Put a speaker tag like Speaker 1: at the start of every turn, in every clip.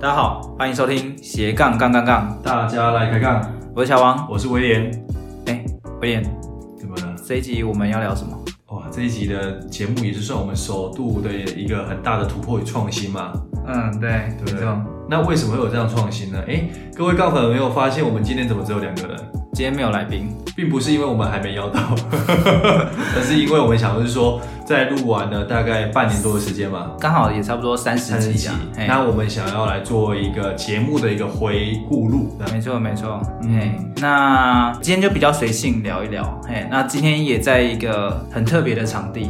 Speaker 1: 大家好，欢迎收听斜杠杠杠杠，
Speaker 2: 大家来开杠，
Speaker 1: 我是小王。
Speaker 2: 我是威廉。
Speaker 1: 哎，威廉，
Speaker 2: 怎么了？
Speaker 1: 这一集我们要聊什么？
Speaker 2: 哇，这一集的节目也是算我们首度的一个很大的突破与创新嘛，
Speaker 1: 嗯，对，
Speaker 2: 对不对？那为什么会有这样创新呢？哎，各位杠粉有没有发现我们今天怎么只有两个人？
Speaker 1: 今天没有来宾，
Speaker 2: 并不是因为我们还没邀到， 而是因为我们想的是说，在录完了大概半年多的时间嘛，
Speaker 1: 刚好也差不多三十集啊。嘿
Speaker 2: 那我们想要来做一个节目的一个回顾录，
Speaker 1: 没错没错，
Speaker 2: 嗯
Speaker 1: 哎、那今天就比较随性聊一聊，哎，那今天也在一个很特别的场地，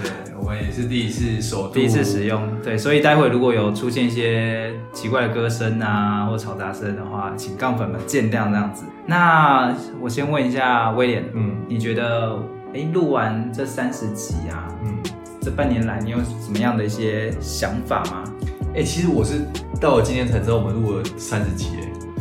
Speaker 2: 对，我们也是第一次首度，
Speaker 1: 第一次使用，对，所以待会如果有出现一些奇怪的歌声啊或嘈杂声的话，请杠粉们见谅这样子。那我先问一下威廉，
Speaker 2: 嗯
Speaker 1: 你觉得，哎，录完这三十集啊，
Speaker 2: 嗯。
Speaker 1: 这半年来你有什么样的一些想法吗？
Speaker 2: 哎、其实我是到我今天才知道我们录了三十集，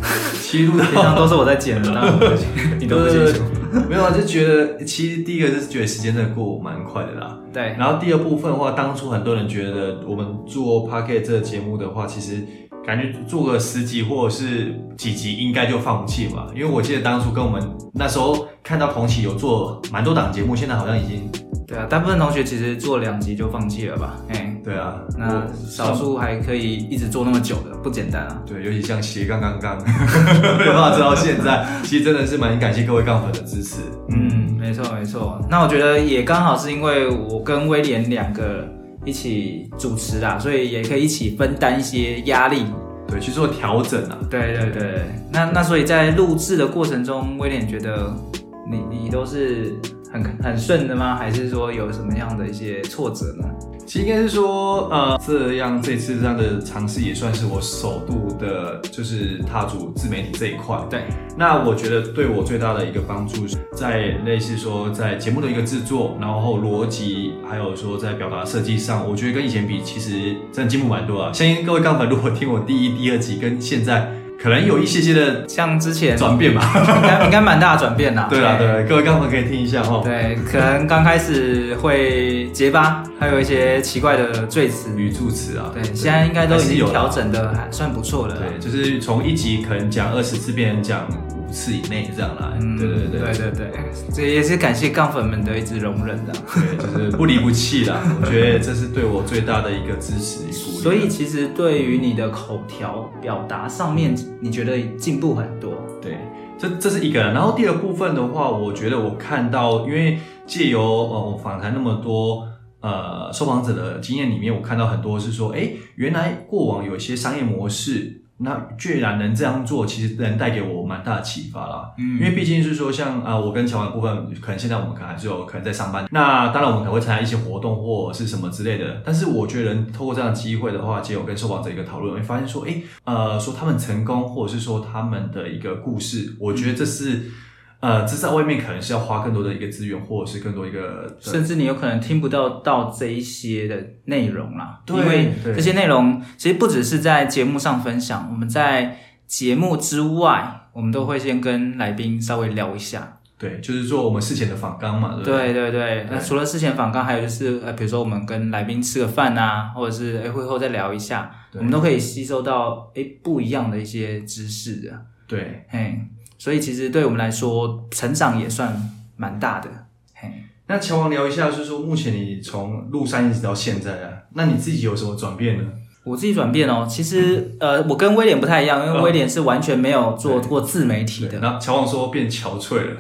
Speaker 2: 哎， 其实录
Speaker 1: 平常
Speaker 2: 到
Speaker 1: 都是我在剪的，那我不清你都不清楚。
Speaker 2: 没有啊，就觉得其实第一个就是觉得时间真的过蛮快的啦。
Speaker 1: 对，
Speaker 2: 然后第二部分的话，当初很多人觉得我们做 p o c k e t 这个节目的话，其实感觉做个十集或者是几集应该就放弃嘛，因为我记得当初跟我们那时候看到同期有做蛮多档节目，现在好像已经
Speaker 1: 对啊，大部分同学其实做两集就放弃了吧？哎，
Speaker 2: 对啊，
Speaker 1: 那
Speaker 2: 我
Speaker 1: 少数还可以一直做那么久的，不简单啊。
Speaker 2: 对，尤其像斜杠杠杠， 没办法做到现在，其实真的是蛮感谢各位杠粉的支持。
Speaker 1: 嗯，没错没错。那我觉得也刚好是因为我跟威廉两个一起主持啦，所以也可以一起分担一些压力。
Speaker 2: 对，去做调整啊。
Speaker 1: 对对对，对那那所以在录制的过程中，威廉觉得你你都是很很顺的吗？还是说有什么样的一些挫折呢？
Speaker 2: 其实应该是说，呃，这样这次这样的尝试也算是我首度的，就是踏足自媒体这一块。
Speaker 1: 对，
Speaker 2: 那我觉得对我最大的一个帮助，是在类似说在节目的一个制作，然后逻辑，还有说在表达设计上，我觉得跟以前比，其实真的进步蛮多啊。相信各位杠粉如果听我第一、第二集跟现在，可能有一些些的
Speaker 1: 像之前
Speaker 2: 转变吧。
Speaker 1: 应该应该蛮大的转变啦。
Speaker 2: 对啦，对啦，各位杠粉可以听一下哦。
Speaker 1: 对，可能刚开始会结巴，还有一些奇怪的赘词。
Speaker 2: 语助词啊，
Speaker 1: 对，现在应该都已
Speaker 2: 还是
Speaker 1: 经
Speaker 2: 有啦
Speaker 1: 调。整的还算不错了啦。
Speaker 2: 对，就是从一集可能讲二十次变成讲五次以内这样啦。
Speaker 1: 嗯，
Speaker 2: 对对对
Speaker 1: 对
Speaker 2: 对，
Speaker 1: 对对，这也是感谢杠粉们的一直容忍的。
Speaker 2: 对就是不离不弃啦。我觉得这是对我最大的一个支持与鼓励。啊
Speaker 1: 所以，其实对于你的口条表达上面，
Speaker 2: 嗯
Speaker 1: 你觉得进步很多。
Speaker 2: 对，这这是一个。然后第二部分的话，我觉得我看到，因为借由呃我访谈那么多呃受访者的经验里面，我看到很多是说，哎，原来过往有一些商业模式，那居然能这样做，其实能带给我蛮大的启发啦。
Speaker 1: 嗯
Speaker 2: 因为毕竟是说像，啊，我跟乔安的部分，可能现在我们可能还是有可能在上班。那当然，我们可能会参加一些活动或者是什么之类的。但是我觉得，透过这样的机会的话，结果跟受访者一个讨论，会发现说，诶，呃，说他们成功，或者是说他们的一个故事，我觉得这是，呃，这在外面可能是要花更多的一个资源，或者是更多一个
Speaker 1: 甚至你有可能听不到到这一些的内容啦，
Speaker 2: 对
Speaker 1: 因为
Speaker 2: 对
Speaker 1: 这些内容其实不只是在节目上分享，我们在节目之外，我们都会先跟来宾稍微聊一下。
Speaker 2: 对，就是做我们事前的访纲嘛，对不
Speaker 1: 对
Speaker 2: 对？
Speaker 1: 对对，那除了事前访纲，还有就是呃，比如说我们跟来宾吃个饭啊，或者是哎会后再聊一下，
Speaker 2: 对
Speaker 1: 我们都可以吸收到哎不一样的一些知识的。
Speaker 2: 对
Speaker 1: 嘿，所以其实对我们来说，成长也算蛮大的。嘿，
Speaker 2: 那乔王聊一下，就是说目前你从入山一直到现在啊，那你自己有什么转变呢？
Speaker 1: 我自己转变哦，其实呃，我跟威廉不太一样，因为
Speaker 2: 嗯
Speaker 1: 威廉是完全没有做过自媒体
Speaker 2: 对，
Speaker 1: 的，哦
Speaker 2: 然后乔王说变憔悴 了，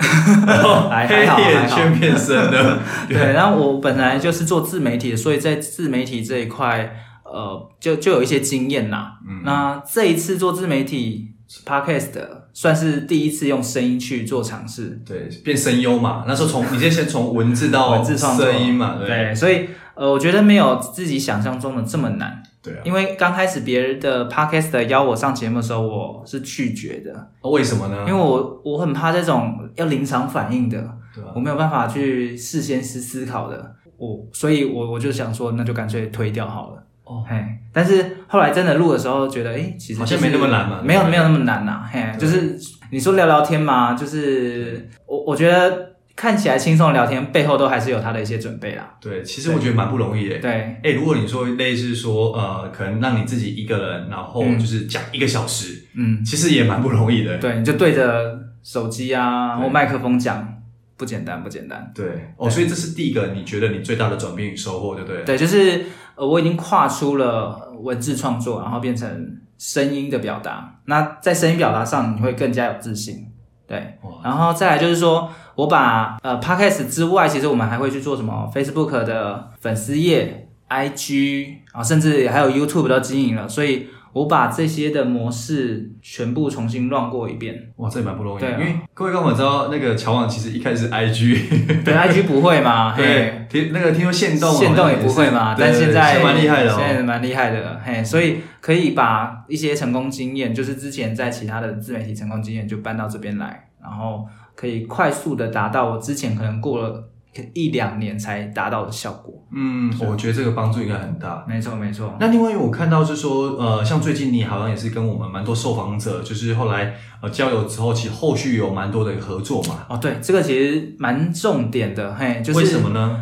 Speaker 2: 然 后
Speaker 1: 还还
Speaker 2: 黑
Speaker 1: 好
Speaker 2: 眼圈变深了。
Speaker 1: 对。然后我本来就是做自媒体的，所以在自媒体这一块，呃，就就有一些经验啦。嗯、那这一次做自媒体 podcast 的算是第一次用声音去做尝试，
Speaker 2: 对，变声优嘛，那时候从 你先先从文字到
Speaker 1: 文字创作
Speaker 2: 声音嘛，对
Speaker 1: 对，所以呃，我觉得没有自己想象中的这么难。
Speaker 2: 对啊，
Speaker 1: 因为刚开始别人的 podcast 邀我上节目的时候，我是拒绝的，
Speaker 2: 啊为什么
Speaker 1: 因
Speaker 2: 呢？
Speaker 1: 为我我很怕这种要临场反应的，
Speaker 2: 对啊，
Speaker 1: 我没有办法去事先思思考的，我所以我我就想说，那就干脆推掉好了。
Speaker 2: 哦，
Speaker 1: 嘿，但是后来真的录的时候，觉得哎、诶其实、
Speaker 2: 好像没那么难嘛
Speaker 1: 没有
Speaker 2: 对
Speaker 1: 啊没有那么难呐、嘿，就
Speaker 2: 对
Speaker 1: 是你说聊聊天嘛，就是我我觉得看起来轻松的聊天，背后都还是有他的一些准备啦。
Speaker 2: 对，其实我觉得蛮不容易的。
Speaker 1: 对，
Speaker 2: 哎、如果你说类似说呃，可能让你自己一个人，然后
Speaker 1: 嗯
Speaker 2: 就是讲一个小时，
Speaker 1: 嗯，
Speaker 2: 其实也蛮不容易的。
Speaker 1: 对，你就对着手机啊
Speaker 2: 对
Speaker 1: 或麦克风讲，不简单，不简单。
Speaker 2: 对，哦，所以这是第一个你觉得你最大的转变与收获，对不对？
Speaker 1: 对，就是呃，我已经跨出了文字创作，然后变成声音的表达。那在声音表达上，你会更加有自信。对，
Speaker 2: 哇，
Speaker 1: 然后再来就是说，我把呃 podcast 之外，其实我们还会去做什么 Facebook 的粉丝页、IG 啊，甚至还有 YouTube 都经营了，所以我把这些的模式全部重新乱过一遍。
Speaker 2: 哇，这也蛮不容易。
Speaker 1: 对啊
Speaker 2: 因为各位刚好知道，那个乔网其实一开始是 IG，
Speaker 1: 对，IG 不会嘛？啊嘿，
Speaker 2: 对，听那个听说限动，
Speaker 1: 限动也不会嘛，
Speaker 2: 嘛，
Speaker 1: 但
Speaker 2: 对
Speaker 1: 现在
Speaker 2: 蛮厉害的
Speaker 1: 现在
Speaker 2: 哦。
Speaker 1: 蛮厉害的，嘿，所以可以把一些成功经验，就是之前在其他的自媒体成功经验，就搬到这边来，然后可以快速的达到我之前可能过了一两年才达到的效果。
Speaker 2: 嗯，我觉得这个帮助应该很大。
Speaker 1: 没错，没错，
Speaker 2: 那另外，我看到是说，呃，像最近你好像也是跟我们蛮多受访者，就是后来呃交流之后，其实后续有蛮多的合作嘛。
Speaker 1: 哦，对，这个其实蛮重点的，嘿，就是
Speaker 2: 为什么呢？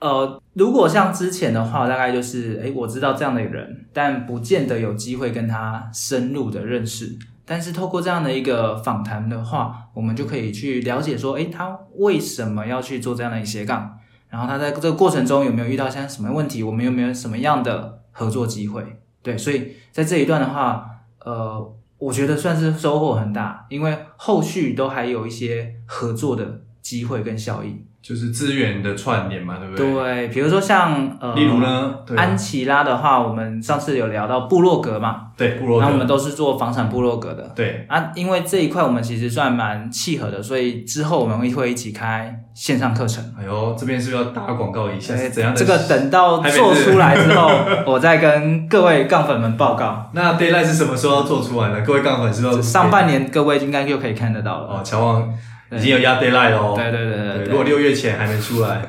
Speaker 1: 呃，如果像之前的话，大概就是，诶，我知道这样的人，但不见得有机会跟他深入的认识。但是透过这样的一个访谈的话，我们就可以去了解说，诶，他为什么要去做这样的一个斜杠？然后他在这个过程中有没有遇到像什么问题？我们有没有什么样的合作机会？对，所以在这一段的话，呃，我觉得算是收获很大，因为后续都还有一些合作的机会跟效益。
Speaker 2: 就是资源的串联嘛，对不对？
Speaker 1: 对，比如说像呃，
Speaker 2: 例如呢，对啊
Speaker 1: 安琪拉的话，我们上次有聊到部落格嘛，
Speaker 2: 对部落
Speaker 1: 那我们
Speaker 2: 格，
Speaker 1: 都是做房产部落格的
Speaker 2: 对
Speaker 1: 啊，因为这一块我们其实算蛮契合的，所以之后我们会一起开线上课程。
Speaker 2: 哎呦，这边是不是要打广告一下？
Speaker 1: 哎
Speaker 2: 是怎样的？
Speaker 1: 这个等到
Speaker 2: 还没
Speaker 1: 做出来之后， 我再跟各位杠粉们报告。
Speaker 2: 那 d a y l i g h t 是什么时候要做出来呢？各位杠粉是不是
Speaker 1: 上半年各位应该就可以看得到了。
Speaker 2: 哦，乔王已经有压 d a y l i g h t 哦。
Speaker 1: 对对对呃对对
Speaker 2: 如果六月前还没出 来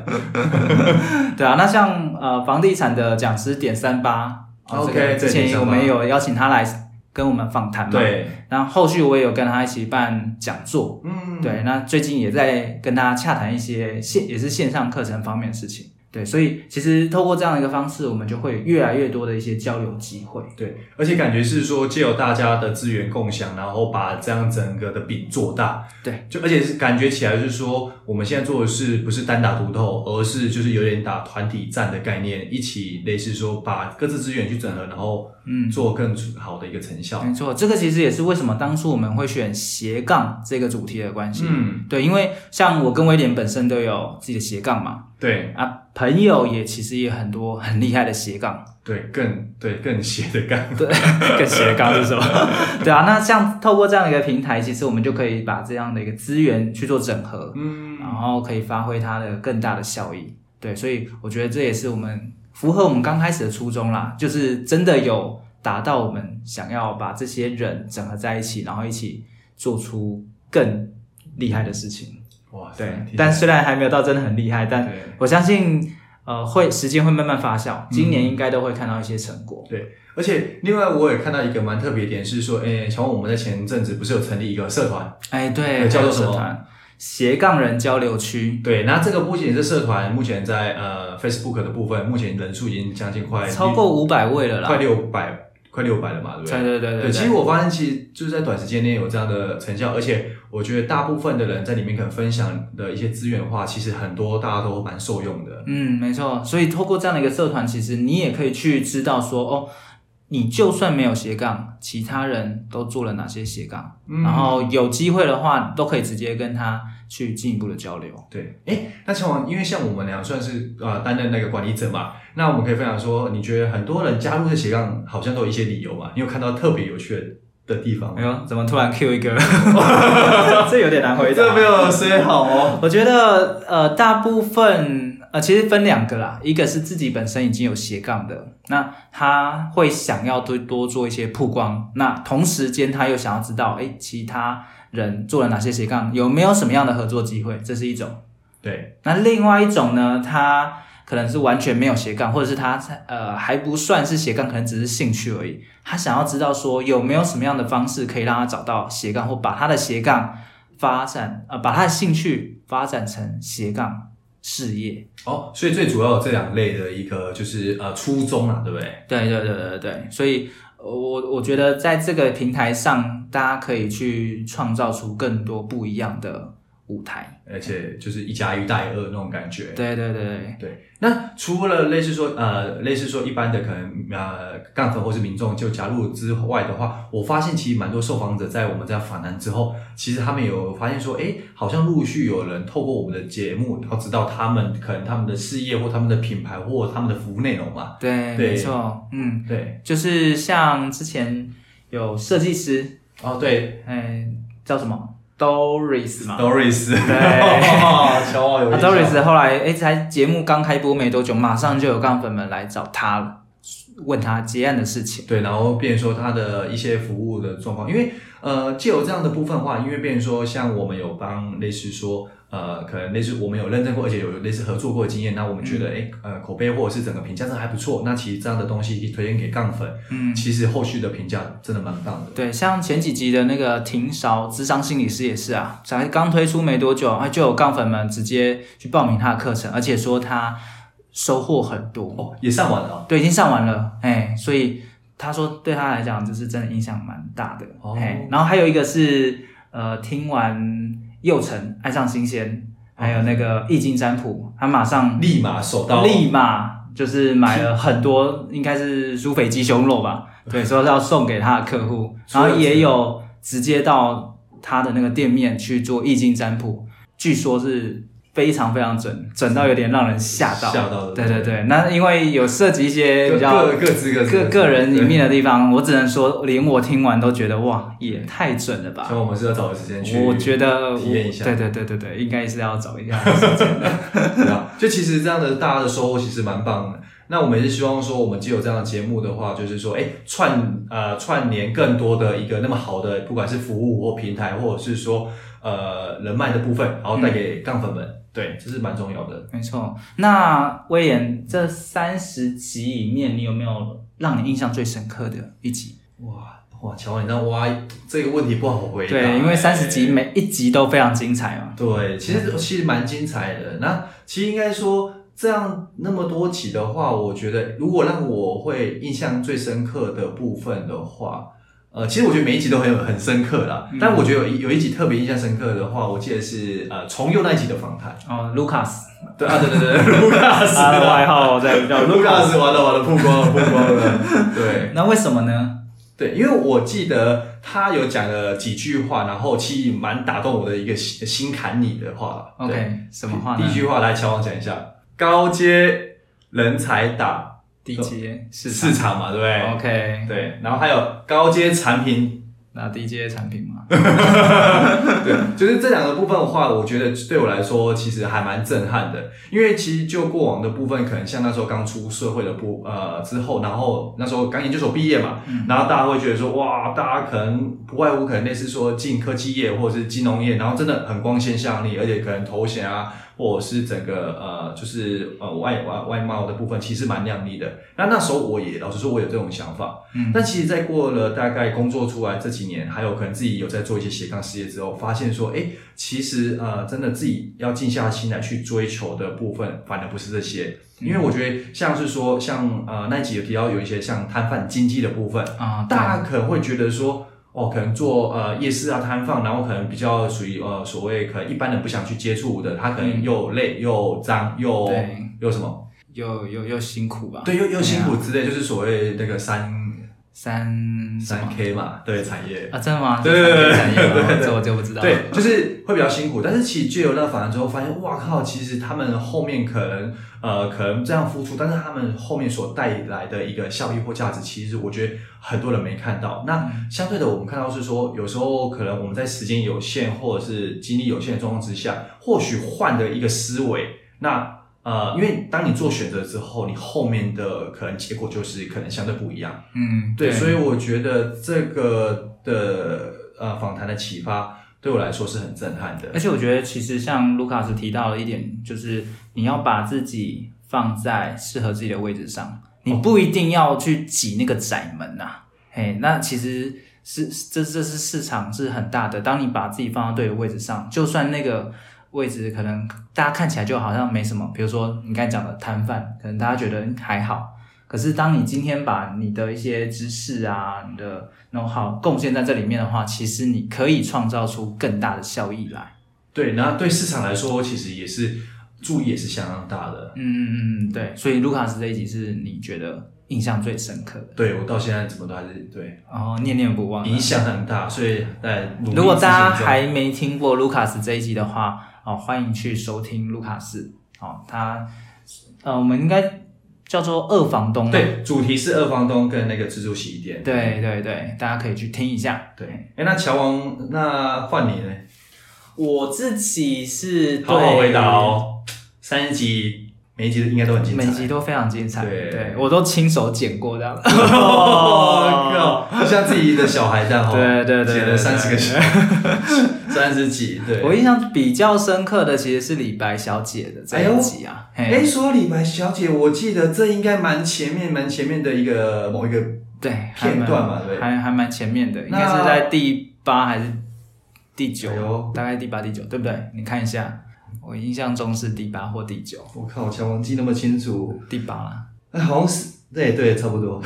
Speaker 1: 对啊，那像呃房地产的讲师点三八
Speaker 2: OK，
Speaker 1: 之
Speaker 2: 对
Speaker 1: 前
Speaker 2: 点38
Speaker 1: 我们有邀请他来跟我们访谈嘛，
Speaker 2: 对，
Speaker 1: 然后后续我也有跟他一起办讲座，
Speaker 2: 嗯，
Speaker 1: 对，那最近也在跟他洽谈一些线也是线上课程方面的事情，对，所以其实透过这样的一个方式，我们就会越来越多的一些交流机会。
Speaker 2: 对，而且感觉是说借由大家的资源共享，然后把这样整个的饼做大。
Speaker 1: 对，
Speaker 2: 就而且是感觉起来是说，我们现在做的是不是单打独斗，而是就是有点打团体战的概念，一起类似说把各自资源去整合，然后
Speaker 1: 嗯
Speaker 2: 做更好的一个成效。
Speaker 1: 没错，这个其实也是为什么当初我们会选斜杠这个主题的关系。
Speaker 2: 嗯，
Speaker 1: 对，因为像我跟威廉本身都有自己的斜杠嘛，
Speaker 2: 对
Speaker 1: 啊，朋友也其实也很多很厉害的斜杠，
Speaker 2: 对，更对更斜的干。
Speaker 1: 对，跟斜杠是什么？ 对啊，那像透过这样的一个平台，其实我们就可以把这样的一个资源去做整合，
Speaker 2: 嗯，
Speaker 1: 然后可以发挥它的更大的效益。对，所以我觉得这也是我们符合我们刚开始的初衷啦，就是真的有达到我们想要把这些人整合在一起，然后一起做出更厉害的事情。
Speaker 2: 哇塞，
Speaker 1: 对
Speaker 2: 听起，来
Speaker 1: 但虽然还没有到真的很厉害，但
Speaker 2: 对
Speaker 1: 我相信，呃，会时间会慢慢发酵，今
Speaker 2: 嗯
Speaker 1: 年应该都会看到一些成果。
Speaker 2: 对，而且另外我也看到一个蛮特别的点是说，诶、乔王，我们在前阵子不是有成立一个社团？
Speaker 1: 哎，
Speaker 2: 呃
Speaker 1: 对，
Speaker 2: 叫做什
Speaker 1: 社
Speaker 2: 么
Speaker 1: 团？斜杠人交流区，
Speaker 2: 对，那这个不仅是社团，目前在呃 Facebook 的部分，目前人数已经将近快
Speaker 1: 超过五百位了
Speaker 2: 快
Speaker 1: 啦。
Speaker 2: 六百，快六百了嘛，对不
Speaker 1: 对对对
Speaker 2: 对，其实
Speaker 1: 对，
Speaker 2: 我发现，其实就是在短时间内有这样的成效，而且我觉得大部分的人在里面可能分享的一些资源的话，其实很多大家都蛮受用的。
Speaker 1: 嗯，没错。所以透过这样的一个社团，其实你也可以去知道说，哦，你就算没有斜杠，其他人都做了哪些斜杠，
Speaker 2: 嗯
Speaker 1: 然后有机会的话，都可以直接跟他去进一步的交流。
Speaker 2: 对，哎，那乔王，因为像我们俩算是呃担任那个管理者嘛，那我们可以分享说，你觉得很多人加入这斜杠好像都有一些理由嘛？你有看到特别有趣的地方
Speaker 1: 哎
Speaker 2: 吗？
Speaker 1: 呦，怎么突然 Q 一个？ 这有点难回答。
Speaker 2: 哎这没有谁好哦。
Speaker 1: 我觉得呃，大部分呃，其实分两个啦，一个是自己本身已经有斜杠的，那他会想要多多做一些曝光，那同时间他又想要知道，哎，其他人做了哪些斜杠，有没有什么样的合作机会，这是一种。
Speaker 2: 对，
Speaker 1: 那另外一种呢，他可能是完全没有斜杠，或者是他呃还不算是斜杠，可能只是兴趣而已。他想要知道说有没有什么样的方式可以让他找到斜杠，或把他的斜杠发展呃，把他的兴趣发展成斜杠事业。
Speaker 2: 哦，所以最主要有这两类的一个就是呃初衷啊，对不对？
Speaker 1: 对对对对对，所以呃我我觉得在这个平台上，大家可以去创造出更多不一样的舞台。
Speaker 2: 而且就是一加一大于二那种感觉。
Speaker 1: 对对对对，
Speaker 2: 对，那除了类似说呃，类似说一般的可能呃杠粉或是民众就加入之外的话，我发现其实蛮多受访者在我们这样访谈之后，其实他们有发现说，哎，好像陆续有人透过我们的节目，然后知道他们可能他们的事业或他们的品牌或他们的服务内容嘛。
Speaker 1: 对，
Speaker 2: 对
Speaker 1: 没错，嗯，
Speaker 2: 对，
Speaker 1: 就是像之前有设计师，
Speaker 2: 哦对
Speaker 1: 哎，叫什么啊 Doris 嘛。
Speaker 2: ，Doris， 哦
Speaker 1: 对
Speaker 2: 乔哦奥有
Speaker 1: 啊
Speaker 2: 印象
Speaker 1: ，Doris 后来哎，才节目刚开播没多久，马上就有杠粉们来找他了，问他结案的事情。
Speaker 2: 对，然后变成说它的一些服务的状况，因为呃，借由这样的部分的话，因为变成说像我们有帮类似说呃，可能类似我们有认证过，而且有类似合作过的经验，那我们觉得
Speaker 1: 嗯
Speaker 2: 哎、呃口碑或者是整个评价真的还不错，那其实这样的东西推荐给杠粉，
Speaker 1: 嗯，
Speaker 2: 其实后续的评价真的蛮棒的。
Speaker 1: 对，像前几集的那个停勺智商心理师也是啊，才刚推出没多久，啊，就有杠粉们直接去报名他的课程，而且说他收获很多，
Speaker 2: 哦，也上完了哦。
Speaker 1: 对，已经上完了，哎，所以他说对他来讲就是真的影响蛮大的，
Speaker 2: 哦
Speaker 1: 哎，然后还有一个是呃，听完幼晨爱上新鲜，还有那个易经占卜，他马上
Speaker 2: 立马手到
Speaker 1: 哦立马。就是买了很多，应该是苏菲鸡胸肉吧？对，说要送给他的客户，然后也有直接到他的那个店面去做易经占卜，据说是非常非常准，准到有点让人吓到。
Speaker 2: 吓到的
Speaker 1: 对对对，那因为有涉及一些
Speaker 2: 各
Speaker 1: 比较
Speaker 2: 各各自各自
Speaker 1: 个个人里
Speaker 2: 对
Speaker 1: 面的地方，我只能说，连我听完都觉得哇，也太准了吧！
Speaker 2: 所以我们是要找个时间去，
Speaker 1: 我觉得我
Speaker 2: 体验一下
Speaker 1: 对对对对对，应该是要找一下。
Speaker 2: 对啊，就其实这样的大家的收获其实蛮棒的。那我们也是希望说，我们既有这样的节目的话，就是说，哎，串呃串联更多的一个那么好的，不管是服务或平台，或者是说呃人脉的部分，然后
Speaker 1: 嗯
Speaker 2: 带给杠粉们，对，这是蛮重要的。
Speaker 1: 没错， 那威廉这三十集里面，你有没有让你印象最深刻的一集？
Speaker 2: 哇哇，乔安，你这样挖这个问题不好回答，
Speaker 1: 对，因为三十集每一集都非常精彩嘛。
Speaker 2: 对，其实其实蛮精彩的。那其实应该说，这样那么多集的话，我觉得如果让我会印象最深刻的部分的话，呃，其实我觉得每一集都很有很深刻啦。但我觉得有一有一集特别印象深刻的话，我记得是呃重佑那一集的访谈。
Speaker 1: 哦，Lucas，
Speaker 2: 对啊，对对对，卢卡斯
Speaker 1: 他的外号在 叫
Speaker 2: 卢卡
Speaker 1: Lucas。
Speaker 2: 斯完了完了，曝光了曝光了。对，
Speaker 1: 那为什么呢？
Speaker 2: 对，因为我记得他有讲了几句话，然后其实蛮打动我的一个心心坎里的话啦。对
Speaker 1: OK，什么话呢
Speaker 2: 第一句话来，乔王讲一下，高阶人才打
Speaker 1: 低阶市场
Speaker 2: 市场嘛，对不
Speaker 1: 哦
Speaker 2: 对？
Speaker 1: OK，
Speaker 2: 对，然后还有高阶产品，
Speaker 1: 那低阶产品嘛。
Speaker 2: 对，就是这两个部分的话，我觉得对我来说其实还蛮震撼的，因为其实就过往的部分，可能像那时候刚出社会的部呃之后，然后那时候刚研究所毕业嘛，然后大家会觉得说哇，大家可能不外乎可能类似说进科技业或者是金融业，然后真的很光鲜亮丽，而且可能头衔啊，或者是整个呃就是呃外外外貌的部分其实蛮亮丽的。那那时候我也老实说，我有这种想法，
Speaker 1: 嗯
Speaker 2: 但其实，在过了大概工作出来这几年，还有可能自己有在做一些斜杠事业之后，发现说，哎，其实呃，真的自己要静下心来去追求的部分，反而不是这些。因为我觉得像是说，像呃那一集有提到有一些像摊贩经济的部分，
Speaker 1: 啊，
Speaker 2: 大家可能会觉得说，哦，可能做呃夜市啊摊贩，然后可能比较属于呃所谓可能一般人不想去接触的，他可能又累又脏又
Speaker 1: 嗯对
Speaker 2: 又什么，
Speaker 1: 又又又辛苦吧？
Speaker 2: 对，又又辛苦
Speaker 1: 对啊。
Speaker 2: 之类，就是所谓那个三
Speaker 1: 三
Speaker 2: 三 K 嗯嘛，对产业。
Speaker 1: 啊，真的吗？
Speaker 2: 对对对
Speaker 1: 产业吗
Speaker 2: 对对对
Speaker 1: 这我就不知道。
Speaker 2: 对，就是会比较辛苦，但是其实借由那反而之后，发现哇靠，其实他们后面可能呃可能这样付出，但是他们后面所带来的一个效益或价值，其实我觉得很多人没看到。那相对的，我们看到是说，有时候可能我们在时间有限或者是精力有限的状况之下，或许换的一个思维，那。呃，因为当你做选择之后，你后面的可能结果就是可能相对不一样。
Speaker 1: 嗯，
Speaker 2: 对，所以我觉得这个的呃访谈的启发对我来说是很震撼的
Speaker 1: 而。且我觉得，其实像卢卡斯提到的一点，就是你要把自己放在适合啊自己的位置上，你不一定要去挤那个窄门呐、嘿，那其实是这这是市场是很大的。当你把自己放到对的位置上，就算那个位置可能大家看起来就好像没什么，比如说你刚才讲的摊贩，可能大家觉得嗯还好。可是当你今天把你的一些知识啊、你的 know how 贡献在这里面的话，其实你可以创造出更大的效益来。
Speaker 2: 对，然后对市场来说，其实也是注意也是相当大的。
Speaker 1: 嗯嗯嗯，对。所以卢卡斯这一集是你觉得印象最深刻的，
Speaker 2: 对我到现在怎么都还是对
Speaker 1: 然后哦念念不忘的。啊
Speaker 2: 影响很大，所以在努力
Speaker 1: 如果
Speaker 2: 之
Speaker 1: 大家
Speaker 2: 中
Speaker 1: 还没听过卢卡斯这一集的话，哦，欢迎去收听卢卡斯。哦，他呃，我们应该叫做二房东。
Speaker 2: 对主题是二房东跟那个自助洗衣店。
Speaker 1: 对对对，大家可以去听一下。
Speaker 2: 对，哎，那乔王，那换你呢？
Speaker 1: 我自己是对
Speaker 2: 好好回答，哦。三十集每一集应该都很精彩。
Speaker 1: 每集都非常精彩，
Speaker 2: 对
Speaker 1: 我都亲手剪过这样。
Speaker 2: 哦，靠，就像自己的小孩这样哦。
Speaker 1: 对对对
Speaker 2: 写
Speaker 1: 对
Speaker 2: 了三十个小
Speaker 1: 对
Speaker 2: 三十集，对。
Speaker 1: 我印象比较深刻的其实是李白小姐的这
Speaker 2: 哎呦
Speaker 1: 一集啊，嘿
Speaker 2: 哎，说李白小姐，我记得这应该蛮前面、蛮前面的一个某一个
Speaker 1: 对
Speaker 2: 片段嘛
Speaker 1: 还蛮
Speaker 2: 对
Speaker 1: 还还蛮前面的，应
Speaker 2: 那
Speaker 1: 该是在第八还是第九、
Speaker 2: 哎呦
Speaker 1: 大概第八第九，对不对？你看一下，我印象中是第八或第九，
Speaker 2: 我靠，乔王记那么清楚，
Speaker 1: 第八啦。
Speaker 2: 哎，好像是，对对，差不多。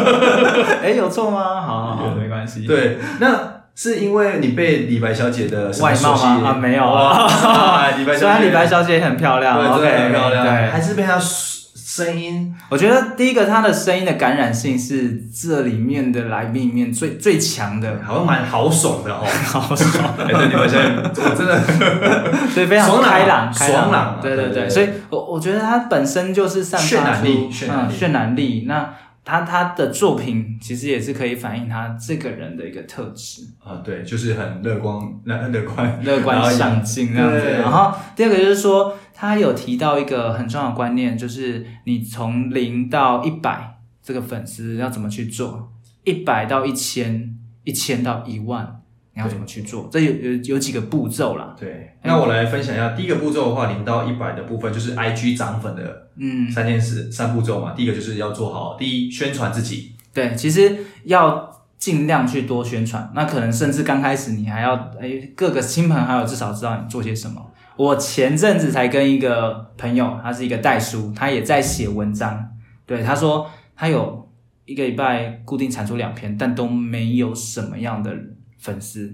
Speaker 1: 哎，有错吗？好好好，没关系。，
Speaker 2: 对，那是因为你被李白小姐的什么
Speaker 1: 外貌
Speaker 2: 所吸引
Speaker 1: 吗？啊，没有啊。
Speaker 2: 哇李白小姐，
Speaker 1: 虽然李白小姐很漂亮
Speaker 2: 对，真的
Speaker 1: ，OK，
Speaker 2: 很漂亮，还
Speaker 1: 对，
Speaker 2: 是被她声音，
Speaker 1: 我觉得第一个她的声音的感染性是这里面的来宾里面最最强的，
Speaker 2: 好像蛮豪爽的哦。
Speaker 1: 好爽，
Speaker 2: 哎，对，李白小姐，我真的
Speaker 1: 所以非常
Speaker 2: 爽朗
Speaker 1: 开朗，开
Speaker 2: 爽朗啊
Speaker 1: 对对
Speaker 2: 对
Speaker 1: 对，
Speaker 2: 对
Speaker 1: 所以我我觉得他本身就是散
Speaker 2: 渲
Speaker 1: 发
Speaker 2: 染
Speaker 1: 出
Speaker 2: 力渲染
Speaker 1: 嗯
Speaker 2: 力
Speaker 1: 渲染力。那他他的作品其实也是可以反映他这个人的一个特 质，
Speaker 2: 啊，对，就是很乐观，乐乐观，
Speaker 1: 乐观
Speaker 2: 然后也
Speaker 1: 上进这样子。
Speaker 2: 对
Speaker 1: 然后第二个就是说，他有提到一个很重要的观念，就是你从零到一百这个粉丝要怎么去做，一百到一千，一千到一万。你要怎么去做？这有有有几个步骤啦，
Speaker 2: 对，那我来分享一下第一个步骤的话，零到一百的部分就是 IG 涨粉的
Speaker 1: 嗯，
Speaker 2: 三件事、三步骤嘛。第一个就是要做好，第一宣传自己，
Speaker 1: 对，其实要尽量去多宣传，那可能甚至刚开始你还要哎，各个亲朋好友至少知道你做些什么。我前阵子才跟一个朋友，他是一个代书，他也在写文章。对，他说他有一个礼拜固定产出两篇，但都没有什么样的粉丝。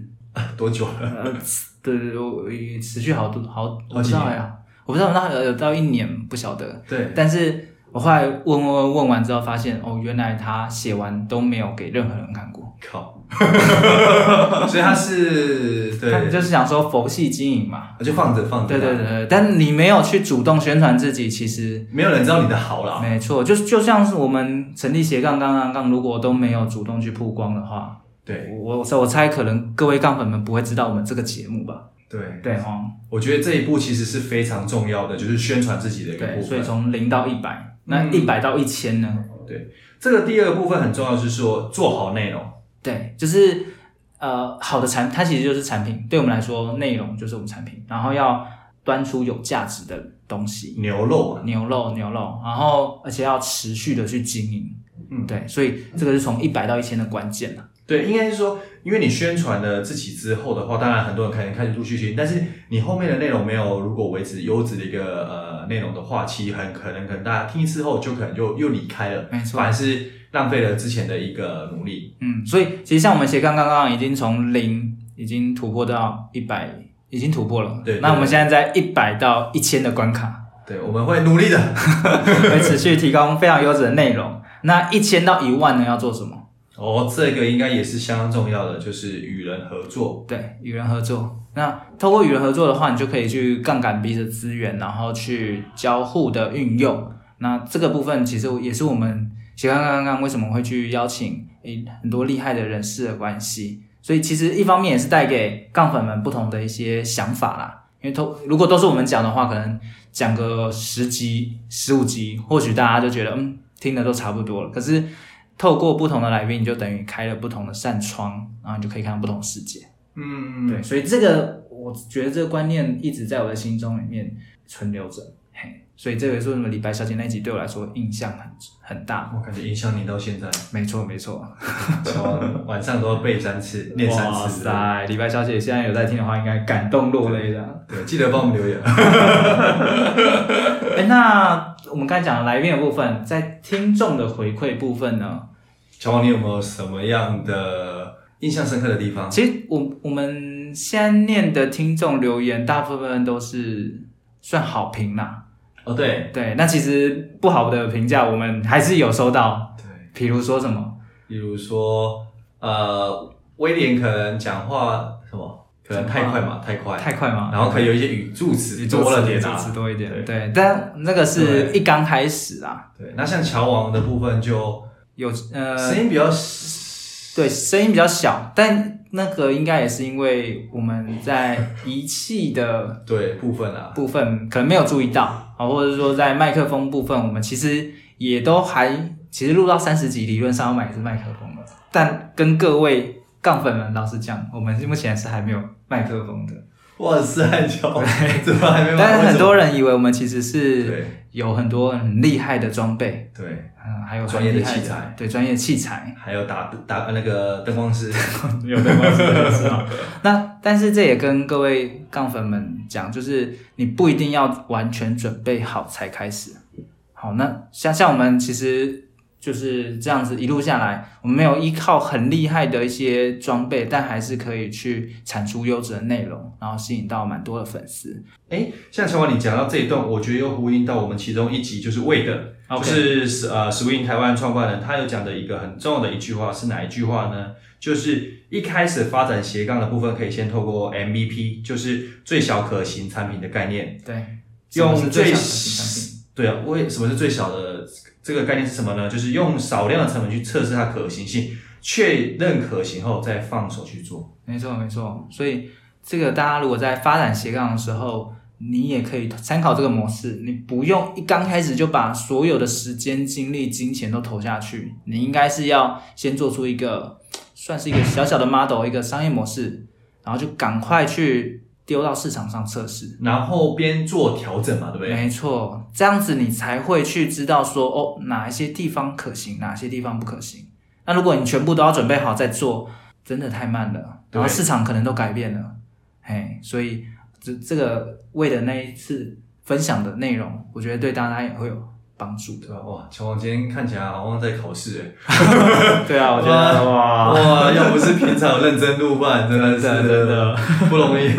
Speaker 2: 多久了？
Speaker 1: 呃，对对，对我我持续好多好，我
Speaker 2: 好
Speaker 1: 不
Speaker 2: 几
Speaker 1: 知道
Speaker 2: 年
Speaker 1: 呀，我不知道那有到一年，不晓得。
Speaker 2: 对，
Speaker 1: 但是我后来问问问问完之后，发现哦，原来他写完都没有给任何人看过，
Speaker 2: 靠， 所以他是
Speaker 1: 他
Speaker 2: 对，啊哦
Speaker 1: 就是想说佛系经营嘛。
Speaker 2: 就放着放着，
Speaker 1: 对对对，对，但你没有去主动宣传自己，其实
Speaker 2: 没有人知道你的好啦。
Speaker 1: 没错，就是就像是我们成立斜杠杠杠杠，如果都没有主动去曝光的话，
Speaker 2: 对
Speaker 1: 我我我猜可能各位杠粉们不会知道我们这个节目吧？
Speaker 2: 对，
Speaker 1: 对哦，
Speaker 2: 我觉得这一步其实是非常重要的，就是宣传自己的一个
Speaker 1: 对，
Speaker 2: 部
Speaker 1: 所以
Speaker 2: 分。
Speaker 1: 从零到一百，那
Speaker 2: 嗯
Speaker 1: 一百到一千呢？
Speaker 2: 这个第二个部分很重要，就是说做好内容。
Speaker 1: 对，就是呃，好的产，它其实就是产品。对我们来说，内容就是我们产品，然后要端出有价值的东西，
Speaker 2: 牛肉啊，
Speaker 1: 牛肉牛肉，然后而且要持续的去经营。
Speaker 2: 嗯
Speaker 1: 对，所以这个是从一百到一千的关键啊了。
Speaker 2: 对，应该是说，因为你宣传了自己之后的话，当然很多人可能开始陆续听，但是你后面的内容没有如果维持优质的一个呃内容的话，其实很可能可能大家听一次后就可能就又离开了，
Speaker 1: 没错
Speaker 2: 反而是浪费了之前的一个努力。
Speaker 1: 嗯，所以其实像我们斜杠刚刚已经从零已经突破到一百，已经突破了。
Speaker 2: 对对
Speaker 1: 那我们现在在一百到一千的关卡，
Speaker 2: 对，我们会努力的。
Speaker 1: 会持续提供非常优质的内容。那一千到一万呢，要做什么？
Speaker 2: 哦，这个应该也是相当重要的，就是与人合作。
Speaker 1: 对，与人合作。那透过与人合作的话，你就可以去杠杆彼此资源，然后去交互的运用。那这个部分其实也是我们斜杠杠杠为什么会去邀请诶很多厉害的人士的关系。所以其实一方面也是带给杠粉们不同的一些想法啦。因为都如果都是我们讲的话，可能讲个十集、十五集，或许大家就觉得嗯听的都差不多了。可是透过不同的来宾，你就等于开了不同的扇窗，然后你就可以看到不同的世界。
Speaker 2: 嗯，
Speaker 1: 对，所以这个我觉得这个观念一直在我的心中里面存留着。嘿，所以这个说什么李白小姐那一集对我来说印象很很大。
Speaker 2: 我感觉影响你到现在，
Speaker 1: 没错没错，
Speaker 2: 乔安晚上都要背三次，练三
Speaker 1: 哇
Speaker 2: 次。
Speaker 1: 塞，李白小姐现在有在听的话，应该感动落泪的。
Speaker 2: 对，记得帮我们留言。 嗯
Speaker 1: 哎，那我们刚才讲的来宾的部分，在听众的回馈部分呢，
Speaker 2: 乔王，你有没有什么样的印象深刻的地方？
Speaker 1: 其实我我们现在念的听众留言，大部分都是算好评啦。
Speaker 2: 哦，对
Speaker 1: 对，那其实不好的评价我们还是有收到，
Speaker 2: 对，
Speaker 1: 比如说什么，
Speaker 2: 比如说呃，威廉可能讲话什么，可能太快嘛，太快，
Speaker 1: 太快吗？
Speaker 2: 然后可能有一些语助词多了点
Speaker 1: 字
Speaker 2: 啊。
Speaker 1: 多一点，对，但那个是一刚开始啦，
Speaker 2: 对，那像乔王的部分就
Speaker 1: 有呃，
Speaker 2: 声音比较
Speaker 1: 对，声音比较小，但那个应该也是因为我们在仪器的
Speaker 2: 对部分啊，
Speaker 1: 部分可能没有注意到啊，或者是说在麦克风部分，我们其实也都还，其实录到三十集，理论上要买一支麦克风的，但跟各位杠粉们老实讲，我们目前是还没有麦克风的，
Speaker 2: 哇塞，乔王怎么还没买？
Speaker 1: 但是啊很多
Speaker 2: 人
Speaker 1: 人以为我们其实是
Speaker 2: 对
Speaker 1: 有很多很厉害的装备，
Speaker 2: 对，
Speaker 1: 嗯，还有很
Speaker 2: 专业的
Speaker 1: 厉害
Speaker 2: 器材，
Speaker 1: 对，专业器 材，
Speaker 2: 还有打打那个灯光师，
Speaker 1: 有的公司的是啊。那但是这也跟各位杠粉们讲，就是你不一定要完全准备好才开始。好，那像像我们其实就是这样子一路下来，我们没有依靠很厉害的一些装备，但还是可以去产出优质的内容，然后吸引到蛮多的粉丝。
Speaker 2: 哎，像小婉你讲到这一段，我觉得又呼应到我们其中一集就是魏的
Speaker 1: OK
Speaker 2: 就是呃 Swing 台湾创办人，他有讲的一个很重要的一句话是哪一句话呢？就是一开始发展斜杠的部分，可以先透过 MVP，就是最小可行产品的概念，
Speaker 1: 对，什
Speaker 2: 用
Speaker 1: 么是最想
Speaker 2: 最
Speaker 1: 的产品。
Speaker 2: 对啊，为什么是最小的这个概念是什么呢？就是用少量的成本去测试它的可行性，确认可行后再放手去做。
Speaker 1: 没错没错，所以这个大家如果在发展斜杠的时候，你也可以参考这个模式，你不用一刚开始就把所有的时间、精力、金钱都投下去，你应该是要先做出一个算是一个小小的 model，一个商业模式，然后就赶快去丢到市场上测试。
Speaker 2: 然后边做调整嘛，对不对？
Speaker 1: 没错，这样子你才会去知道说哦，哪一些地方可行，哪些地方不可行。那如果你全部都要准备好再做，真的太慢了，
Speaker 2: 对
Speaker 1: 然后市场可能都改变了，嘿，所以这这个为了那一次分享的内容，我觉得对大家也会有帮助 的。
Speaker 2: 对吧？哇，乔王今天看起来好像在考试哎、
Speaker 1: 对啊，我
Speaker 2: 觉得
Speaker 1: 哇，
Speaker 2: 哇，要不是平常认真录饭，真的是
Speaker 1: 真的真的
Speaker 2: 不容易。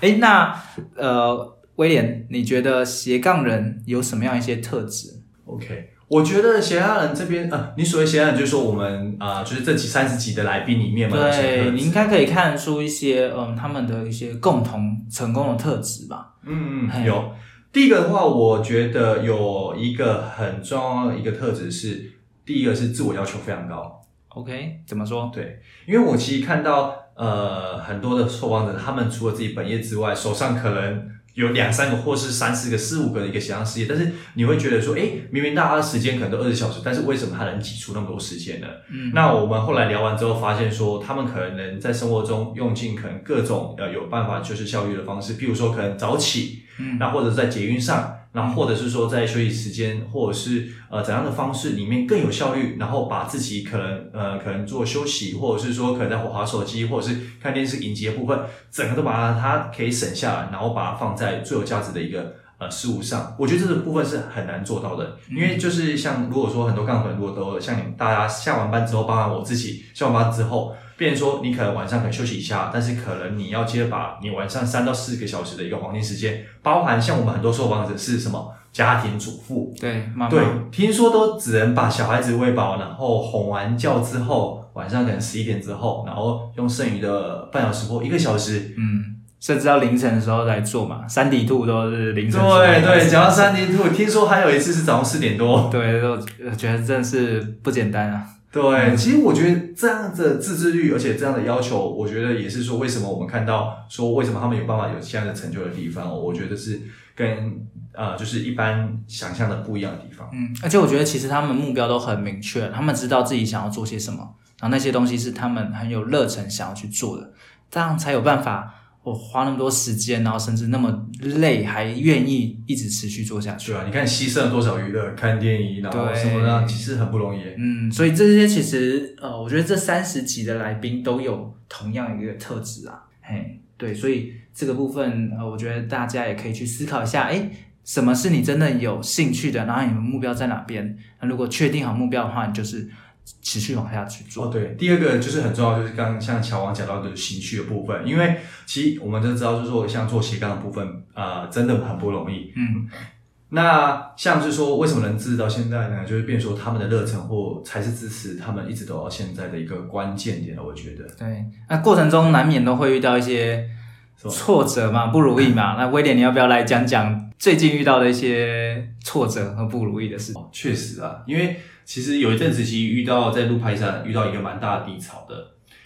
Speaker 1: 哎，那呃，威廉，你觉得斜杠人有什么样一些特质？
Speaker 2: OK，我觉得斜杠人这边啊、呃你所谓斜杠人，就是说我们啊、呃就是这几三十集的来宾里面嘛，有些特
Speaker 1: 对，
Speaker 2: 质
Speaker 1: 你应该可以看出一些嗯他们的一些共同成功的特质吧。
Speaker 2: 嗯
Speaker 1: 嘿
Speaker 2: 嗯有。第一个的话，我觉得有一个很重要的一个特质是，第一个是自我要求非常高。
Speaker 1: OK，怎么说？
Speaker 2: 对，因为我其实看到呃很多的受访者，他们除了自己本业之外，手上可能有两三个或是三四个、四五个的一个斜杠事业，但是你会觉得说，哎，明明大家的时间可能都二十小时，但是为什么他能挤出那么多时间呢？
Speaker 1: 嗯
Speaker 2: 那我们后来聊完之后，发现说他们可能在生活中用尽可能各种呃有办法就是效率的方式，譬如说可能早起，
Speaker 1: 嗯
Speaker 2: 那或者在捷运上，那或者是说在休息时间，或者是呃怎样的方式里面更有效率，然后把自己可能呃可能做休息，或者是说可能在滑手机，或者是看电视影集的部分，整个都把它可以省下来，然后把它放在最有价值的一个。呃，事物上，我觉得这个部分是很难做到的，因为就是像如果说很多杠粉，如果都像你们大家下完班之后，包含我自己下完班之后，变成说你可能晚上可能休息一下，但是可能你要接着把你晚上三到四个小时的一个黄金时间，包含像我们很多受访者是什么家庭主妇，
Speaker 1: 对，妈妈
Speaker 2: 对，听说都只能把小孩子喂饱，然后哄完觉之后，晚上可能十一点之后，然后用剩余的半小时或一个小时。
Speaker 1: 嗯，甚至到凌晨的时候来做嘛，三底兔都是凌晨时候来
Speaker 2: 嗯对
Speaker 1: 做。
Speaker 2: 对，讲到三点吐，听说还有一次是早上四点多。
Speaker 1: 对，我我觉得真的是不简单啊。
Speaker 3: 嗯
Speaker 2: 对，其实我觉得这样的自制力，而且这样的要求，我觉得也是说为什么我们看到说为什么他们有办法有这样的成就的地方，我觉得是跟呃就是一般想象的不一样的地方。
Speaker 1: 嗯，而且我觉得其实他们目标都很明确，他们知道自己想要做些什么，然后那些东西是他们很有热忱想要去做的，这样才有办法我花那么多时间，然后甚至那么累，还愿意一直持续做下去
Speaker 3: 对。啊，你看牺牲了多少娱乐，看电影，然后
Speaker 1: 对
Speaker 3: 什么的，其实很不容易耶。
Speaker 1: 嗯，所以这些其实呃，我觉得这三十集的来宾都有同样一个特质啊，嘿，对，所以这个部分呃，我觉得大家也可以去思考一下，哎，什么是你真的有兴趣的，然后你们目标在哪边？那如果确定好目标的话，你就是持续往下去
Speaker 3: 哦，
Speaker 1: 做。
Speaker 3: 对，第二个就是很重要，就是刚刚像乔王讲到的情绪的部分，因为其实我们都知道，就是说像做斜杠的部分，呃，真的很不容易。
Speaker 1: 嗯，
Speaker 3: 那像是说，为什么能支持到现在呢？就是变说他们的热忱或才是支持他们一直走到现在的一个关键点了。我觉得，
Speaker 1: 对，那过程中难免都会遇到一些
Speaker 3: 是吧
Speaker 1: 挫折嘛，不如意嘛。那威廉，你要不要来讲讲最近遇到的一些挫折和不如意的事？
Speaker 2: 哦，确实啊，因为其实有一阵子其实遇到在录拍上遇到一个蛮大的低潮的。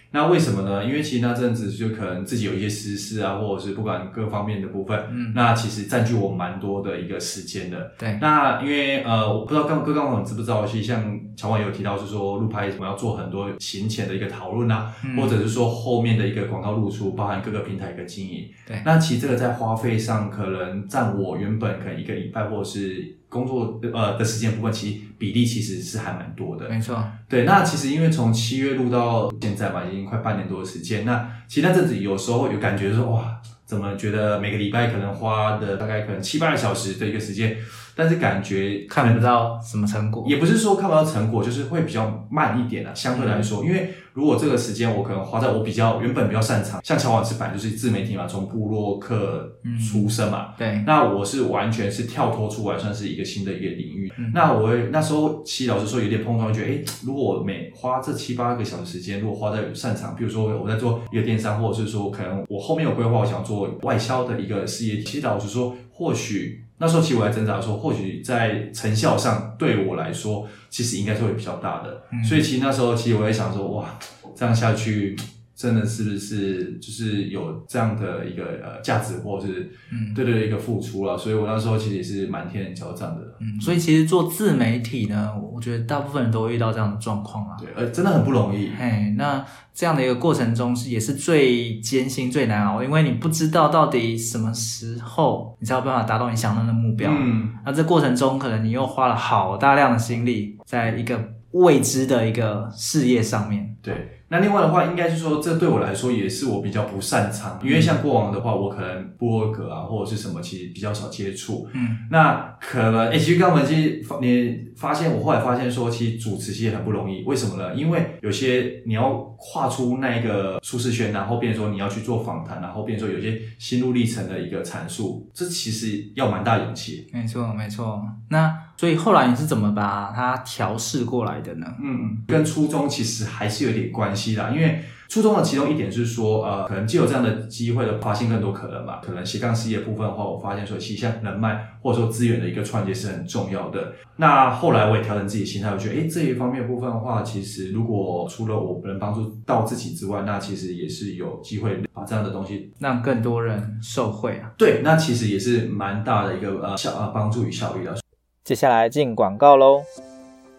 Speaker 2: 那为什么呢？因为其实那阵子就可能自己有一些私事啊，或者是不管各方面的部分，
Speaker 1: 嗯
Speaker 2: 那其实占据我蛮多的一个时间的。
Speaker 1: 对，
Speaker 2: 那因为呃，我不知道刚各位观众知不知道，其实像乔婉有提到是说路拍我们要做很多行前的一个讨论啊，
Speaker 1: 嗯
Speaker 2: 或者是说后面的一个广告露出，包含各个平台一个经营。
Speaker 1: 对
Speaker 2: 那其实这个在花费上可能占我原本可能一个礼拜或者是工作呃的时间部分，其实比例其实是还蛮多的。
Speaker 1: 嗯没错，
Speaker 2: 对，那其实因为从七月录到现在吧，已经快半年多的时间。那其实那阵子有时候有感觉说，哇，怎么觉得每个礼拜可能花的大概可能七八个小时的一个时间，但是感觉
Speaker 1: 看不到什么成果。
Speaker 2: 也不是说看不到成果，就是会比较慢一点啊。相对来说，因为如果这个时间我可能花在我比较原本比较擅长，像乔老师本来就是自媒体嘛，从部落客
Speaker 1: 嗯
Speaker 2: 出身嘛，
Speaker 1: 对，
Speaker 2: 那我是完全是跳脱出来，算是一个新的一个领域。
Speaker 1: 嗯
Speaker 2: 那我会那时候，其实老实说有点碰撞，觉得诶，如果我每花这七八个小时时间，如果花在擅长，比如说我在做一个电商，或者是说可能我后面有规划，我想做外销的一个事业，其实老实说，或许那时候其实我在挣扎说，或许在成效上对我来说，其实应该是会比较大的。
Speaker 1: 嗯
Speaker 2: 所以其实那时候其实我也想说，哇，这样下去。真的是不是就是有这样的一个呃价值，或者是
Speaker 1: 嗯
Speaker 2: 对对对一个付出了，所以我那时候其实也是蛮天人交战的，
Speaker 1: 嗯，所以其实做自媒体呢，我我觉得大部分人都会遇到这样的状况啦。
Speaker 2: 对，呃，真的很不容易，
Speaker 1: 嘿，那这样的一个过程中是也是最艰辛、最难熬，因为你不知道到底什么时候你才有办法达到你想要的目标。
Speaker 2: 嗯，
Speaker 1: 那这过程中，可能你又花了好大量的心力，在一个未知的一个事业上面。
Speaker 2: 对。那另外的话，应该是说，这对我来说也是我比较不擅长，因为像过往的话，我可能部落格啊或者是什么，其实比较少接触，
Speaker 1: 嗯，
Speaker 2: 那可能，哎、其实刚我们其实发你发现，我后来发现说，其实主持其实很不容易，为什么呢？因为有些你要跨出那一个舒适圈，然后变成说你要去做访谈，然后变成说有些心路历程的一个阐述，这其实要蛮大勇气。
Speaker 1: 没错，没错。那所以后来你是怎么把它调试过来的呢？
Speaker 2: 嗯，跟初衷其实还是有点关系啦，因为。初衷的其中一点是说，呃，可能借有这样的机会的发现更多可能嘛，可能斜杠事业部分的话，我发现说，其实像人脉或者说资源的一个串接是很重要的。那后来我也调整自己心态，我觉得，诶，这一方面部分的话，其实如果除了我能帮助到自己之外，那其实也是有机会把这样的东西，
Speaker 1: 让更多人受惠啊！
Speaker 2: 对，那其实也是蛮大的一个呃效呃帮助与效益的。
Speaker 4: 接下来进广告喽。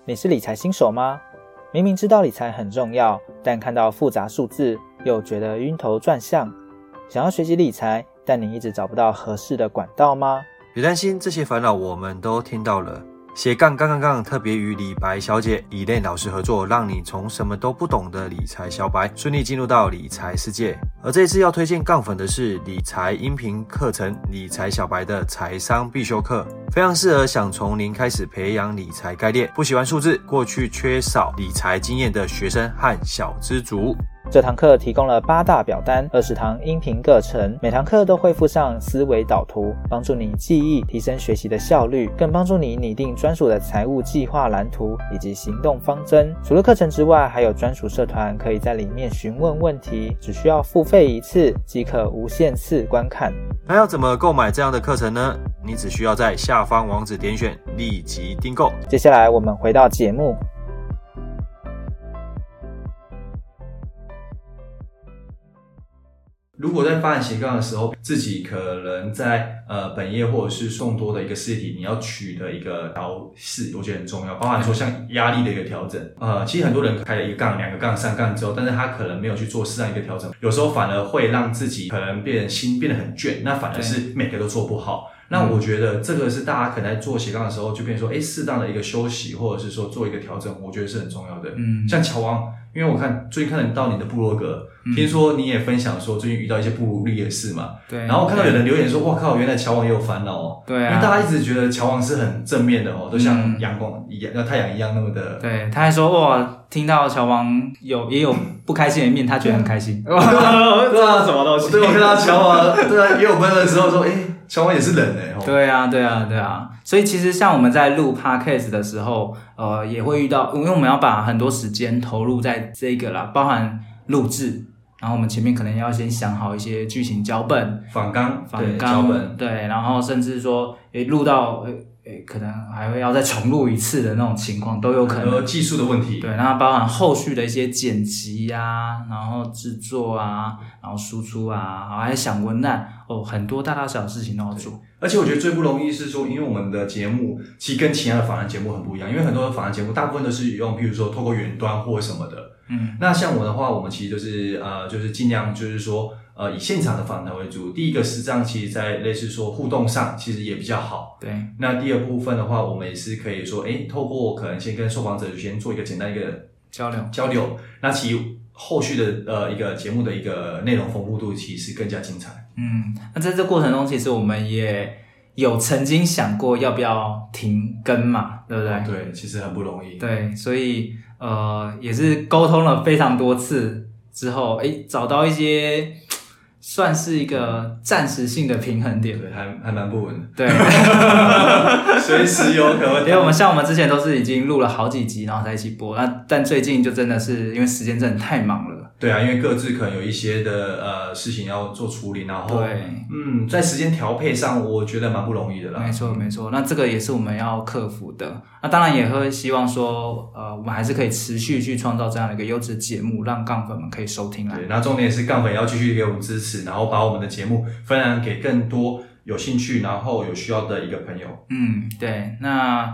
Speaker 4: 你是理财新手吗？明明知道理财很重要，但看到复杂数字又觉得晕头转向。想要学习理财，但你一直找不到合适的管道吗？
Speaker 5: 别担心，这些烦恼我们都听到了。斜杠杠杠杠特别与李白小姐、以类老师合作，让你从什么都不懂的理财小白顺利进入到理财世界。而这一次要推荐杠粉的是理财音频课程《理财小白的财商必修课》，非常适合想从零开始培养理财概念、不喜欢数字、过去缺少理财经验的学生和小资族。
Speaker 4: 这堂课提供了八大表单、二十堂音频课程，每堂课都会附上思维导图，帮助你记忆、提升学习的效率，更帮助你拟定专属的财务计划蓝图以及行动方针。除了课程之外，还有专属社团，可以在里面询问问题，只需要付费一次即可无限次观看。
Speaker 5: 那要怎么购买这样的课程呢？你只需要在下方网址点选立即订购。
Speaker 4: 接下来我们回到节目，
Speaker 2: 如果在发展斜杠的时候，自己可能在呃本业或者是众多的一个事业体，你要取得一个调试，我觉得很重要。包含说像压力的一个调整，呃，其实很多人开了一个杠、两个杠、三杠之后，但是他可能没有去做适当一个调整，有时候反而会让自己可能变心变得很倦，那反而是每个都做不好。那我觉得这个是大家可能在做斜杠的时候，就变成说，哎，适当的一个休息，或者是说做一个调整，我觉得是很重要的。
Speaker 1: 嗯
Speaker 2: 像乔王，因为我看最近看得到你的部落格，
Speaker 1: 嗯
Speaker 2: 听说你也分享说最近遇到一些不如意的事嘛，
Speaker 1: 对，
Speaker 2: 然后看到有人留言说，哇靠，原来乔王也有烦恼哦。
Speaker 1: 对
Speaker 2: 因为
Speaker 1: 啊，
Speaker 2: 大家一直觉得乔王是很正面的哦，都像
Speaker 1: 嗯
Speaker 2: 阳光一样，像太阳一样那么 的。
Speaker 1: 对，他还说哇，听到乔王有也有不开心的一面，他觉得很开心。哦
Speaker 2: 嗯
Speaker 1: 哇，
Speaker 2: 对啊，什么
Speaker 1: 东西
Speaker 2: 对，我看到乔王，对啊，也有朋友的时候说，哎，乔王也是人哎哦。
Speaker 1: 对啊，对啊，对啊。所以其实像我们在录 podcast 的时候，呃，也会遇到，因为我们要把很多时间投入在这个啦，包含录制，然后我们前面可能要先想好一些剧情脚本、
Speaker 2: 反纲，
Speaker 1: 反
Speaker 2: 对脚本，
Speaker 1: 纲，对，然后甚至说，诶，录到呃诶，可能还会要再重录一次的那种情况都有可
Speaker 2: 很多
Speaker 1: 能。
Speaker 2: 技术的问题。
Speaker 1: 对，然后包含后续的一些剪辑呀、然后制作啊，然后输出啊，然后还想文案哦，很多大大小小的事情都要做。
Speaker 2: 而且我觉得最不容易是说，因为我们的节目其实跟其他的访谈节目很不一样，因为很多的访谈节目大部分都是用，譬如说透过远端或什么的。
Speaker 1: 嗯，
Speaker 2: 那像我的话，我们其实就是呃，就是尽量就是说呃，以现场的访谈为主。第一个是这样，其实在类似说互动上，其实也比较好。
Speaker 1: 对，
Speaker 2: 那第二部分的话，我们也是可以说，诶，透过可能先跟受访者先做一个简单一个
Speaker 1: 交流。
Speaker 2: 交流，那其实后续的呃一个节目的一个内容丰富度其实更加精彩。
Speaker 1: 嗯，那在这过程中，其实我们也有曾经想过要不要停更嘛，对不对？
Speaker 2: 对，其实很不容易。
Speaker 1: 对，所以呃，也是沟通了非常多次之后，哎，找到一些算是一个暂时性的平衡点。
Speaker 2: 对，还还蛮不稳的，
Speaker 1: 对，
Speaker 2: 随时有可能。
Speaker 1: 因为我们像我们之前都是已经录了好几集，然后才一起播。那但最近就真的是因为时间真的太忙了，
Speaker 2: 对啊，因为各自可能有一些的呃事情要做处理，然后
Speaker 1: 对，
Speaker 2: 嗯，在时间调配上，我觉得蛮不容易的啦。
Speaker 1: 没错，没错，那这个也是我们要克服的。那当然也会希望说，呃，我们还是可以持续去创造这样的一个优质节目，让杠粉们可以收听啦。啊
Speaker 2: 对，那重点是杠粉要继续给我们支持，然后把我们的节目分享给更多有兴趣然后有需要的一个朋友。
Speaker 1: 嗯，对。那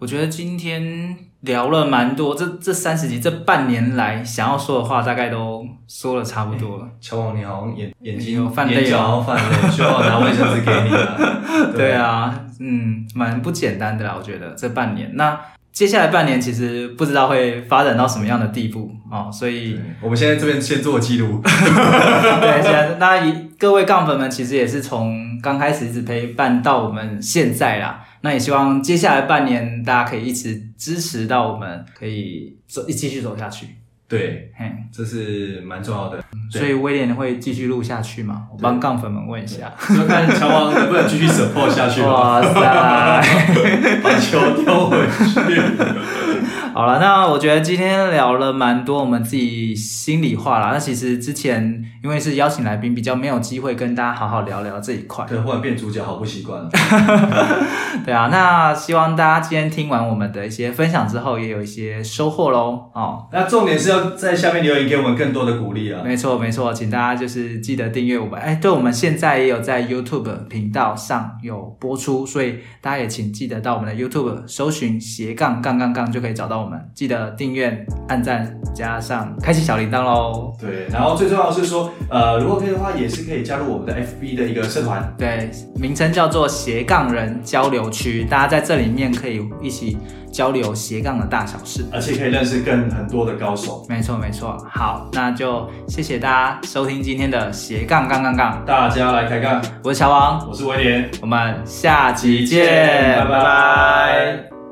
Speaker 1: 我觉得今天聊了蛮多，这这三十集，这半年来想要说的话，大概都说了差不多了。
Speaker 2: 乔王，你好像眼眼
Speaker 1: 哎呦
Speaker 2: 睛
Speaker 1: 犯累
Speaker 2: 眼角
Speaker 1: 了
Speaker 2: 要犯泪，需要拿卫生纸给你了。
Speaker 1: 对，啊，嗯，蛮不简单的啦，我觉得这半年。那接下来半年其实不知道会发展到什么样的地步哦，所以
Speaker 2: 对。我们现在这边先做记录。
Speaker 1: 对，现在那一各位杠粉们其实也是从刚开始一直陪伴到我们现在啦。那也希望接下来半年大家可以一直支持到我们，可以走继续走下去。
Speaker 2: 对，
Speaker 1: 嘿，
Speaker 2: 这是蛮重要的。对
Speaker 1: 所以威廉会继续录下去嘛？我帮杠粉们问一下。
Speaker 6: 就看乔王能不能继续 support 下去吧，
Speaker 1: 哇塞！
Speaker 6: 把球丢回去。
Speaker 1: 好了，那我觉得今天聊了蛮多我们自己心里话啦。那其实之前因为是邀请来宾，比较没有机会跟大家好好聊聊这一块。
Speaker 2: 对，忽然变主角，好不习惯了。
Speaker 1: 对啊，那希望大家今天听完我们的一些分享之后，也有一些收获喽。哦，
Speaker 2: 那重点是要在下面留言给我们更多的鼓励啊。
Speaker 1: 没错没错，请大家就是记得订阅我们。哎，对，我们现在也有在 YouTube 频道上有播出，所以大家也请记得到我们的 YouTube 搜寻斜杠杠杠杠就可以找到我们。记得订阅、按赞，加上开启小铃铛喽。
Speaker 2: 对，然后最重要的是说，呃，如果可以的话，也是可以加入我们的 FB 的一个社团。
Speaker 1: 对，名称叫做斜杠人交流区，大家在这里面可以一起交流斜杠的大小事。
Speaker 2: 而且可以认识更很多的高手。
Speaker 1: 没错没错，好，那就谢谢大家收听今天的斜杠杠杠杠，
Speaker 2: 大家来开杠，
Speaker 1: 我是乔王，
Speaker 2: 我是威廉，
Speaker 1: 我们下集见，
Speaker 2: 拜拜。